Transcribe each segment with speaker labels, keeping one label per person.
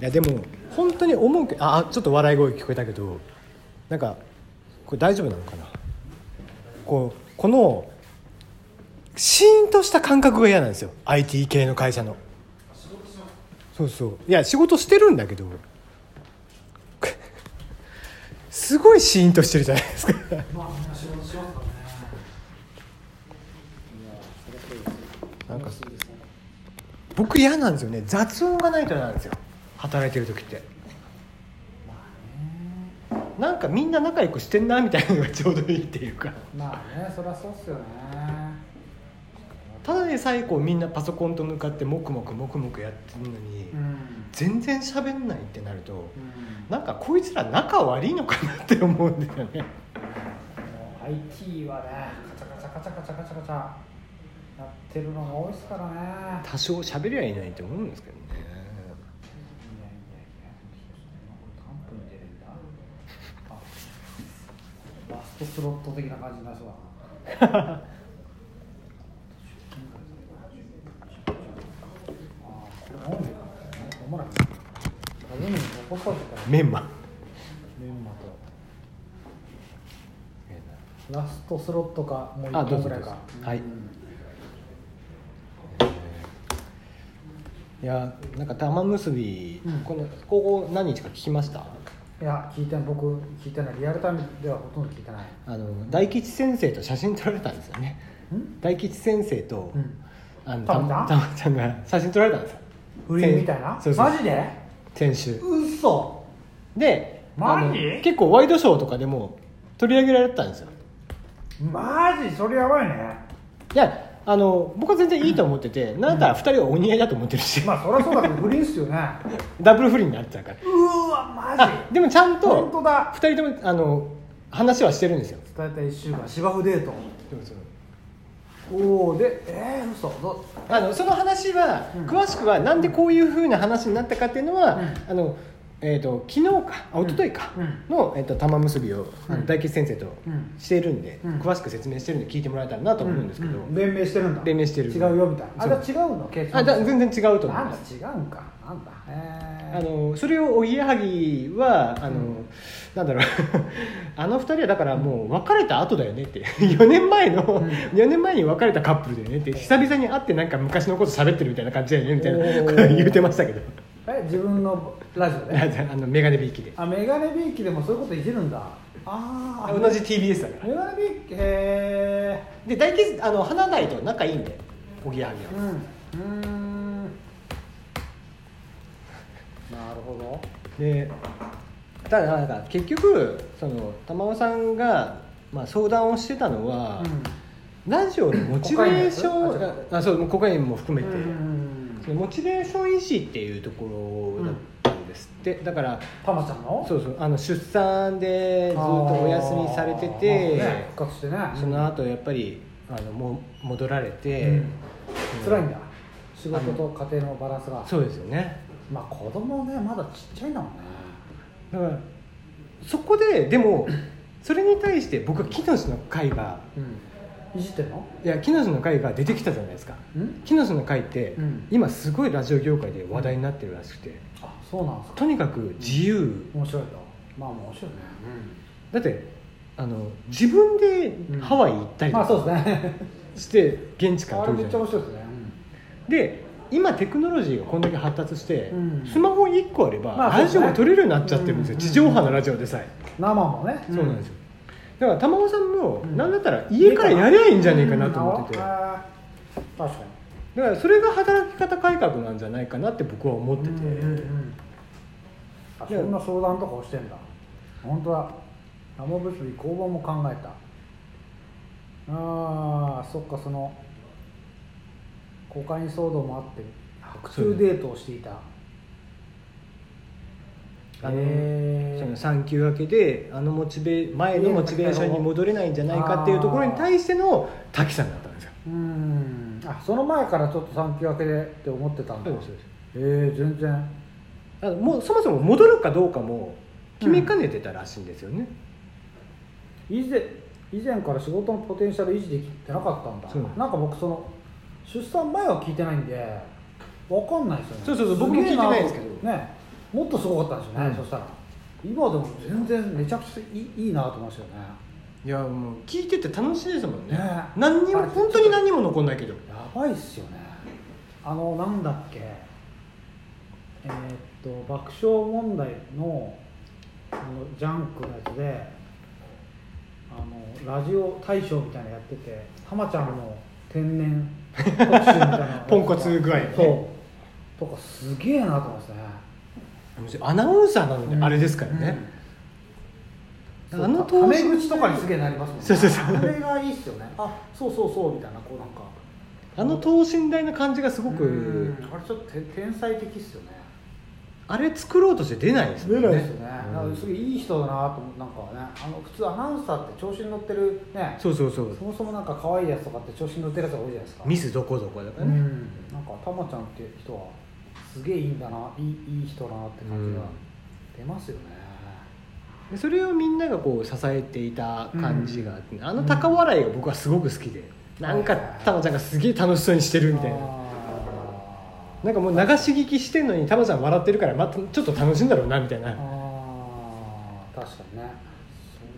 Speaker 1: やでも本当に思うけああちょっと笑い声聞こえたけどなんかこれ大丈夫なのかなこうこのシーンとした感覚が嫌なんですよ IT 系の会社のそうそういや仕事してるんだけど すごいシーンとしてるじゃないですか
Speaker 2: まあみんな仕事しますから
Speaker 1: な
Speaker 2: ね
Speaker 1: んか僕嫌なんですよね雑音がないとなんですよ働いてる時ってなんかみんな仲良くしてんなみたいなのがちょうどいいっていうか
Speaker 2: まあねそりゃそうっすよね
Speaker 1: ただでさえこうみんなパソコンと向かってモクモクモクモクやってるのに、
Speaker 2: うん、うん、
Speaker 1: 全然喋んないってなるとなんかこいつら仲悪いのかなって思うんだよね
Speaker 2: もう IT はねカチャカチャカチャカチャカチャカチャやってるのが多いっすからねいやいやいや
Speaker 1: 多少喋りゃいないと思うんですけどね
Speaker 2: 何分出るんだあラストスロット的な感じになりそうだなあーこれ飲んでるからね飲まなくていい飲むのに残っといてから
Speaker 1: メンマ
Speaker 2: メンマとラストスロットかもう
Speaker 1: あどう
Speaker 2: 一本
Speaker 1: ぞ
Speaker 2: ぐらいか
Speaker 1: どうぞはい
Speaker 2: うん
Speaker 1: いやなんか玉結び、
Speaker 2: うん
Speaker 1: このここ何日か聞きました
Speaker 2: いや聞いてない僕聞いてないリアルタイムではほとんど聞いてない
Speaker 1: あの大吉先生と写真撮られたんですよね
Speaker 2: ん
Speaker 1: 大吉先生と、
Speaker 2: うん
Speaker 1: あの
Speaker 2: た
Speaker 1: た
Speaker 2: まちゃん
Speaker 1: またまちゃんが写真撮られたんですよ
Speaker 2: 不倫みたいな
Speaker 1: 先そうそう
Speaker 2: マジで
Speaker 1: 先週
Speaker 2: 嘘
Speaker 1: で
Speaker 2: マジ
Speaker 1: あの結構ワイドショーとかでも取り上げられてたんですよ
Speaker 2: マジそれやばいね
Speaker 1: いやあの僕は全然いいと思ってて、なんだったら2人はお似合いだと思ってるし、
Speaker 2: まあそりゃそうだけど不倫っすよね
Speaker 1: ダブル不倫になっちゃうから
Speaker 2: うーわ マジ
Speaker 1: あでもちゃん
Speaker 2: 本
Speaker 1: と
Speaker 2: 当だ
Speaker 1: 2人ともあの話はしてるんですよ
Speaker 2: 伝えた1週間芝生デートおおでえー、嘘ど
Speaker 1: あのその話は、
Speaker 2: うん
Speaker 1: 詳しくはなんでこういうふうな話になったかっていうのは、
Speaker 2: うん
Speaker 1: あのえー、と昨日かあ
Speaker 2: うん
Speaker 1: 一昨日か
Speaker 2: うん
Speaker 1: の、えー、と玉結びを、あの
Speaker 2: うん
Speaker 1: 大吉先生と
Speaker 2: うん
Speaker 1: しているんで、
Speaker 2: うん
Speaker 1: 詳しく説明してるんで聞いてもらえたらなと思うんですけど、
Speaker 2: う弁明してるんだ
Speaker 1: 弁明してる
Speaker 2: 違うよみたいなあじゃあ違うのケイちゃん
Speaker 1: あじゃあ全然違うと思い
Speaker 2: なん
Speaker 1: ま
Speaker 2: だ
Speaker 1: す
Speaker 2: 違うんかなんだへー
Speaker 1: あのそれをおぎやはぎはあの、
Speaker 2: うん
Speaker 1: なんだろう あの二人はだからもう別れた後だよねって4年前の、
Speaker 2: ん
Speaker 1: 4年前に別れたカップルだよねって久々に会ってなんか昔のこと喋ってるみたいな感じだよねみたい
Speaker 2: おー
Speaker 1: なことを言うてましたけど
Speaker 2: え自分のラジオ で
Speaker 1: あのメガネビーキで
Speaker 2: あメガネビーキでもそういうこといじるんだああ
Speaker 1: 同じ TBS だから
Speaker 2: メガネビーキへえ
Speaker 1: で大吉あの花大と仲いいんでおぎやはぎは
Speaker 2: うんうーんなるほ
Speaker 1: でただなんか結局その玉尾さんが、まあ、相談をしてたの
Speaker 2: ど
Speaker 1: は、
Speaker 2: う
Speaker 1: ラジオのモチベーショ
Speaker 2: コカインのや
Speaker 1: ンあそうもうコカインも含めて、
Speaker 2: ん
Speaker 1: そのモチベーション維持っていうところだったんですって、だから
Speaker 2: たまちゃんの
Speaker 1: そうそうあの出産でずっとお休みされてて、
Speaker 2: あーね復活してね
Speaker 1: その後やっぱりあのも戻られて、
Speaker 2: うん
Speaker 1: うん
Speaker 2: 辛いんだ仕事と家庭のバランスが
Speaker 1: そうですよね
Speaker 2: まあ子供ねまだちっちゃいんだもんね
Speaker 1: だからそこででもそれに対して僕は木下の会が
Speaker 2: うんいじってんの
Speaker 1: いや木下の会が出てきたじゃないですか
Speaker 2: うん
Speaker 1: 木下の会って、
Speaker 2: うん
Speaker 1: 今すごいラジオ業界で話題になってるらしくて、
Speaker 2: あそうなんですか
Speaker 1: とにかく自由、
Speaker 2: 面白いとまあ面白いね
Speaker 1: だってあの自分
Speaker 2: うん
Speaker 1: でハワイ行ったりと
Speaker 2: まあそう
Speaker 1: か
Speaker 2: です ね
Speaker 1: して現地から
Speaker 2: あ
Speaker 1: 撮
Speaker 2: れ
Speaker 1: る
Speaker 2: め
Speaker 1: じ
Speaker 2: っ
Speaker 1: ゃな
Speaker 2: ちゃ
Speaker 1: い
Speaker 2: 面白いですね、
Speaker 1: で今テクノロジーがこんだけ発達して、
Speaker 2: うん
Speaker 1: スマホ1個あれば、
Speaker 2: まあそう
Speaker 1: ラ
Speaker 2: です
Speaker 1: ジオ
Speaker 2: ね
Speaker 1: が撮れるようになっちゃってるんですよ、
Speaker 2: うん
Speaker 1: 地上波のラジオでさえ、
Speaker 2: 生もね
Speaker 1: そうなんですよだから玉尾さんも、
Speaker 2: うん
Speaker 1: なんだったら家からやりゃいいんじゃねえかなと思ってて、
Speaker 2: うんあー確か
Speaker 1: だからそれが働き方改革なんじゃないかなって僕は思って
Speaker 2: に
Speaker 1: て、
Speaker 2: うんうんうんあそんな相談とかをしてんだ本当だ生結び工房も考えたあーそっかそのコカイン騒動もあって白昼デートをしていた
Speaker 1: あの
Speaker 2: へー
Speaker 1: その産休明けであのモチベ前のモチベーションに戻れないんじゃないかっていうところに対しての滝さんだったんですよ
Speaker 2: うんあその前からちょっと産休明けでって思ってたんだ
Speaker 1: そうですそうです
Speaker 2: えー、全然
Speaker 1: あのもうそもそも戻るかどうかも決めかねてたらしいんですよね、
Speaker 2: 以前以前から仕事のポテンシャル維持できてなかったんだ
Speaker 1: そう
Speaker 2: なんか僕その出産前は聞いてないんでわかんないですよね
Speaker 1: そうそうそう僕も
Speaker 2: げえな
Speaker 1: 聞いてないですけど
Speaker 2: ねもっとすごかったんですよね、
Speaker 1: うん
Speaker 2: そしたら今でも全然めちゃくちゃいいいいなと思いましたよね
Speaker 1: いやもう聞いてて楽しいですもんね
Speaker 2: ね
Speaker 1: 何にも
Speaker 2: あれ
Speaker 1: 本当に何にも残んないけど
Speaker 2: やばいっすよねあのなんだっけえーっと爆笑問題のあのジャンクのやつであのラジオ大賞みたいなのやってて浜ちゃんの天然特集みたいなの
Speaker 1: ポンコツ具合ね
Speaker 2: そうとかすげえなと思いますね
Speaker 1: アナウンサーなので
Speaker 2: うん
Speaker 1: あれですからね、
Speaker 2: そう
Speaker 1: あの
Speaker 2: タ
Speaker 1: 当
Speaker 2: メ
Speaker 1: 時
Speaker 2: 口とかにすげえなりますもんね
Speaker 1: そうそうそう
Speaker 2: あれがいいっすよねあそうそうそうみたいなこうなんか
Speaker 1: あの等身大な感じがすごく、
Speaker 2: うんあれちょっと天天才的っすよね
Speaker 1: あれ作ろうとして出ないですもんね
Speaker 2: 出ないですよね、
Speaker 1: うん
Speaker 2: なんかすごいいい人だなと思うなんかねあの普通アナウンサーって調子に乗ってるね
Speaker 1: そうそうそう
Speaker 2: そもそもなんか可愛いやつとかって調子に乗ってるやつが多いじゃないですか
Speaker 1: ミスどこどこだか
Speaker 2: う
Speaker 1: らね、
Speaker 2: んなんかたまちゃんっていう人はすげえいいんだないいいい人だなって感じが出ますよね、
Speaker 1: でそれをみんながこう支えていた感じがあって、あの高笑いが僕はすごく好きで、なんかたまちゃんがすげえ楽しそうにしてるみたいな、
Speaker 2: あー
Speaker 1: なんかもう流し聞きしてんのにたまちゃん笑ってるからまたちょっと楽しいんだろうなみたいな、
Speaker 2: あー確かにね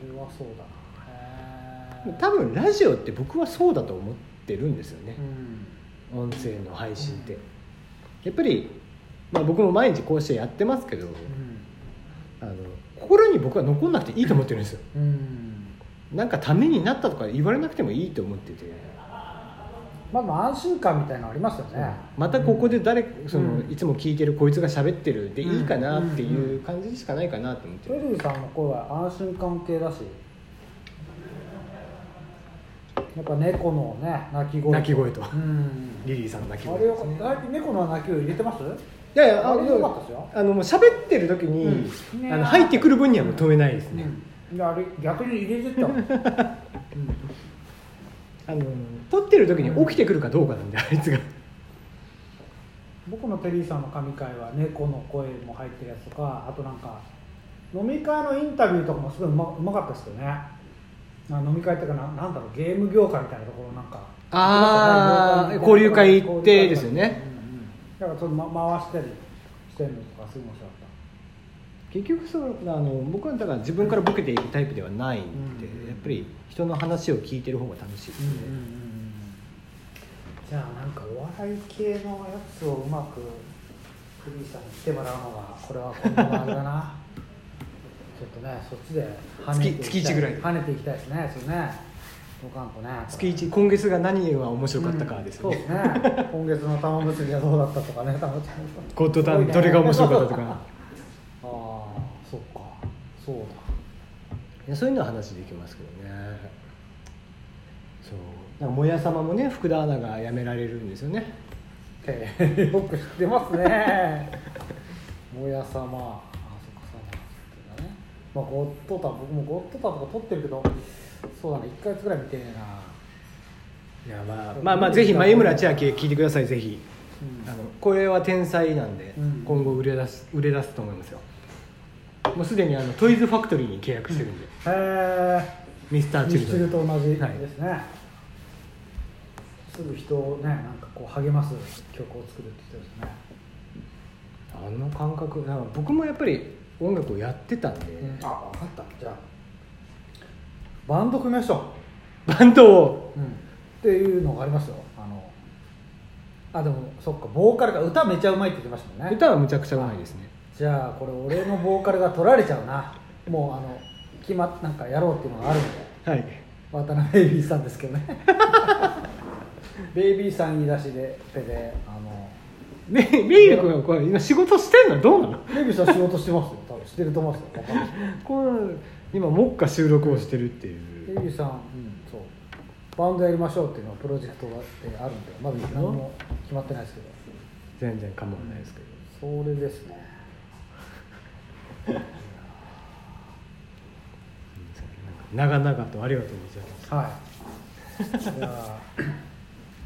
Speaker 2: それはそうだなへー
Speaker 1: 多分ラジオって僕はそうだと思ってるんですよね
Speaker 2: う、ん
Speaker 1: 音声の配信ってやっぱり、まあ、僕も毎日こうしてやってますけどあの心に僕は残んなくていいと思ってるんですよ
Speaker 2: うん、うん
Speaker 1: なんかためになったとか言われなくてもいいと思ってて
Speaker 2: まあまあ安心感みたいなのありますよね
Speaker 1: またここで誰その
Speaker 2: うん
Speaker 1: いつも聞いてるこいつが喋ってるでいいかなっていう感じしかないかなと思って
Speaker 2: テレ
Speaker 1: る
Speaker 2: ビさんの声は安心感系だしやっぱ猫のね鳴き声
Speaker 1: 鳴き声と
Speaker 2: うん
Speaker 1: リリーさんの泣き
Speaker 2: あ
Speaker 1: 声
Speaker 2: れ
Speaker 1: で
Speaker 2: よ
Speaker 1: すね
Speaker 2: かった猫の鳴き声入れてます
Speaker 1: いやいやあ
Speaker 2: あれよかった
Speaker 1: の
Speaker 2: ですよ
Speaker 1: あのもう喋ってる時に、
Speaker 2: うんね
Speaker 1: あの入ってくる分にはもう止めないですね、
Speaker 2: うんいやあれ逆に入れてった もんうん
Speaker 1: あの撮ってる時に起きてくるかどうかなんであいつが
Speaker 2: 僕のテリーさんの神回は猫の声も入ってるやつとかあとなんか飲み会のインタビューとかもすごいうまうまかったですけどねあ飲み会っていうかななんだろうゲーム業界みたいなところなんか
Speaker 1: あー
Speaker 2: なんかね
Speaker 1: 交流会行ってですよね
Speaker 2: うんうんだからちょっと、ま、回したりしてるのとかすごい面白かった
Speaker 1: 結局そうあの僕はだから自分からボケていくタイプではないんで、
Speaker 2: うん
Speaker 1: やっぱり人の話を聞いてる方が楽しいですね、
Speaker 2: じゃあなんかお笑い系のやつをうまくクリーさんに来てもらうのがこれはこんなあれ だなちょっとねそっちで跳ねていきた
Speaker 1: 月月一ぐらいで
Speaker 2: 跳ねていきたいですねそうねどかんこね
Speaker 1: 月一今月が何が面白かったかですよね、
Speaker 2: うんそうですね今月の玉結びがどうだったとかね玉ちゃん
Speaker 1: ゴッドタンどれが面白かったと
Speaker 2: あ
Speaker 1: か
Speaker 2: あそっかそうだ
Speaker 1: いやそういうのは話できますけどねそうだからもや様もね福田アナが辞められるんですよね
Speaker 2: えーよく知ってますね。 もやさま。あ、そっか、そうなんだね。まあ、ゴッドタン、僕もゴッドタンとか撮ってるけど。そうだね、一ヶ月ぐらい見てねえな。
Speaker 1: いやまあまあまあぜひ眉村千秋聞いてくださいぜひ
Speaker 2: う
Speaker 1: あ
Speaker 2: ん
Speaker 1: のこれは天才なんで、
Speaker 2: うん
Speaker 1: 今後売れ出す売れ出すと思いますよもうすでにあのトイズファクトリーに契約してるんで、
Speaker 2: へ
Speaker 1: ミスタ
Speaker 2: え。
Speaker 1: ーチ
Speaker 2: ミ
Speaker 1: ル
Speaker 2: ス
Speaker 1: ド
Speaker 2: チ
Speaker 1: レ
Speaker 2: ル
Speaker 1: ン
Speaker 2: と同じ
Speaker 1: はい
Speaker 2: ですね。すぐ人をね、なんかこう励ます曲を作るって言ってま
Speaker 1: あの感覚なんか僕もやっぱり音楽をやってたんで、
Speaker 2: すね。あ、わかった。じゃあ。バンド組みましょう。
Speaker 1: バンドを
Speaker 2: っていうのがありますよあのあでもそっかボーカルが歌めちゃうまいって言ってましたもんね
Speaker 1: 歌はむちゃくちゃうまいですね
Speaker 2: じゃあこれ俺のボーカルが取られちゃうなもうあの決まっなんかやろうっていうのがあるんで
Speaker 1: はい
Speaker 2: 渡辺ベイビーさんですけ どねベイビーさん言い出しで手であの
Speaker 1: メイル君はこれ今仕事してんのどうなの
Speaker 2: ベイビーさん仕事してますよ多分してると思いますよ他の人
Speaker 1: こう今目下収録をしてるってい
Speaker 2: ベイ
Speaker 1: う
Speaker 2: ビーさん、そうバンドやりましょうっていうのはプロジェクトがあってあるんでまだ何も決まってないですけど
Speaker 1: 全然構わないですけど
Speaker 2: それですね
Speaker 1: なんか長々とありがとうございます
Speaker 2: はい。じゃあ、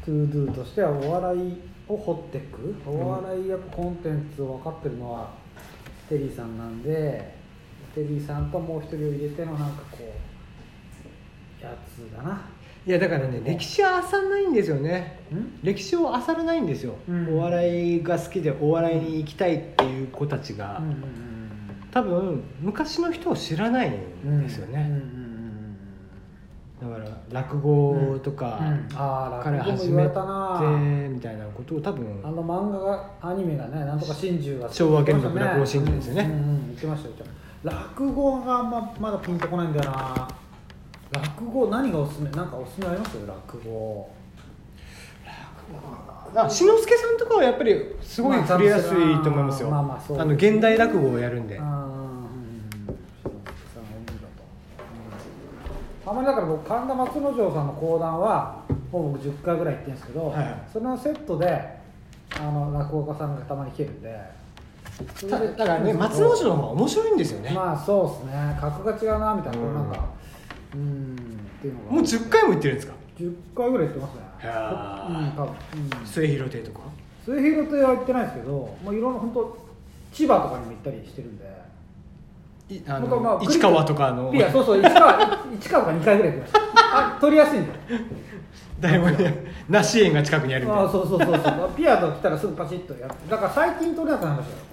Speaker 2: トゥードゥとしてはお笑いを掘っていく。お笑いやっぱコンテンツを分かってるのはテリーさんなんで、テリーさんともう一人を入れてのなんかこうやつだな。
Speaker 1: いやだからね
Speaker 2: もう
Speaker 1: 歴史は漁らないんですよね
Speaker 2: ん
Speaker 1: 歴史を漁らないんですよ、
Speaker 2: うん
Speaker 1: お笑いが好きでお笑いに行きたいっていう子たちが、
Speaker 2: うんうん
Speaker 1: 多分昔の人を知らないんですよ
Speaker 2: うんうんう
Speaker 1: ね、
Speaker 2: ん
Speaker 1: だから落語とか
Speaker 2: うんうんああ
Speaker 1: から
Speaker 2: 落語も
Speaker 1: 始
Speaker 2: 言わ
Speaker 1: め
Speaker 2: れたな
Speaker 1: てみたいなことを多分
Speaker 2: あの漫画がアニメがねなんとか真珠が
Speaker 1: 昭和元禄落語真珠ですよね
Speaker 2: うんうんうん言ってましたよ言ってました落語があんままだピンとこないんだよな落語何がおすすめなんかおすすめあります落語
Speaker 1: あ志の輔さんとかはやっぱりすごい
Speaker 2: まあ
Speaker 1: 触れやすいと思いますよ、
Speaker 2: まあまあそう
Speaker 1: あの現代落語をやるんで、
Speaker 2: ああんまりだから僕神田松之丞さんの講談はもう僕10回ぐらい行ってるんですけど、
Speaker 1: はいはい
Speaker 2: そのセットであの落語家さんがたまに来てるんでそれ
Speaker 1: た
Speaker 2: で
Speaker 1: だからね松之丞の方が面白いんですよね、
Speaker 2: まあそうですね格が違うなみたいな、
Speaker 1: うん
Speaker 2: なんかうんっていうのが
Speaker 1: もう10回も言ってるんですか
Speaker 2: 10回ぐらい行ってますね
Speaker 1: へー
Speaker 2: うん多分、うん
Speaker 1: 末広亭とか
Speaker 2: 末広亭は行ってないですけど、まあ、いろんな本当千葉とかにも行ったりしてるんで
Speaker 1: いあ
Speaker 2: 僕はま
Speaker 1: の
Speaker 2: あ
Speaker 1: 市川とかの
Speaker 2: いやそうそう市川市川とか2回ぐらい行きましたあ取りやすいんだよ
Speaker 1: 大門や梨園が近くにあるみたい
Speaker 2: あ
Speaker 1: な
Speaker 2: そうそうそうそうピアと来たらすぐパチッとやってだから最近取れなくなりましたよ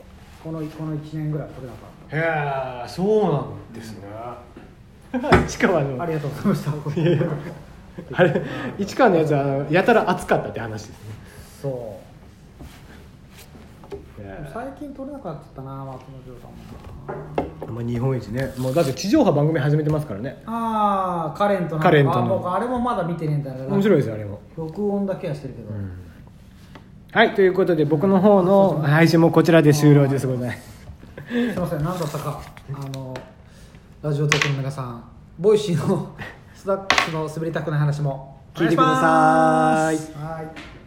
Speaker 2: このこの1年ぐらい取れな
Speaker 1: へ
Speaker 2: かっ
Speaker 1: えそうなんです ね市川の
Speaker 2: たあ
Speaker 1: あれ
Speaker 2: りがとうございました
Speaker 1: 市川のやつはあのやたら暑かったって話ですね
Speaker 2: そう
Speaker 1: へえ
Speaker 2: 最近取れなくなっちゃったな松本城さんもな
Speaker 1: まあ日本一ねもうだって地上波番組始めてますからね
Speaker 2: ああカレントなんか
Speaker 1: カレントの
Speaker 2: あ僕あれもまだ見てねえんだよな
Speaker 1: 面白いですよあれも
Speaker 2: 録音だけはしてるけど、
Speaker 1: はいということで僕の方の配信もこちらで終了ですございます
Speaker 2: すいません何だったかあのラジオトークの皆さんボ イシーのスナックスの滑りたくない話も
Speaker 1: 聞いてください
Speaker 2: お願いしますはい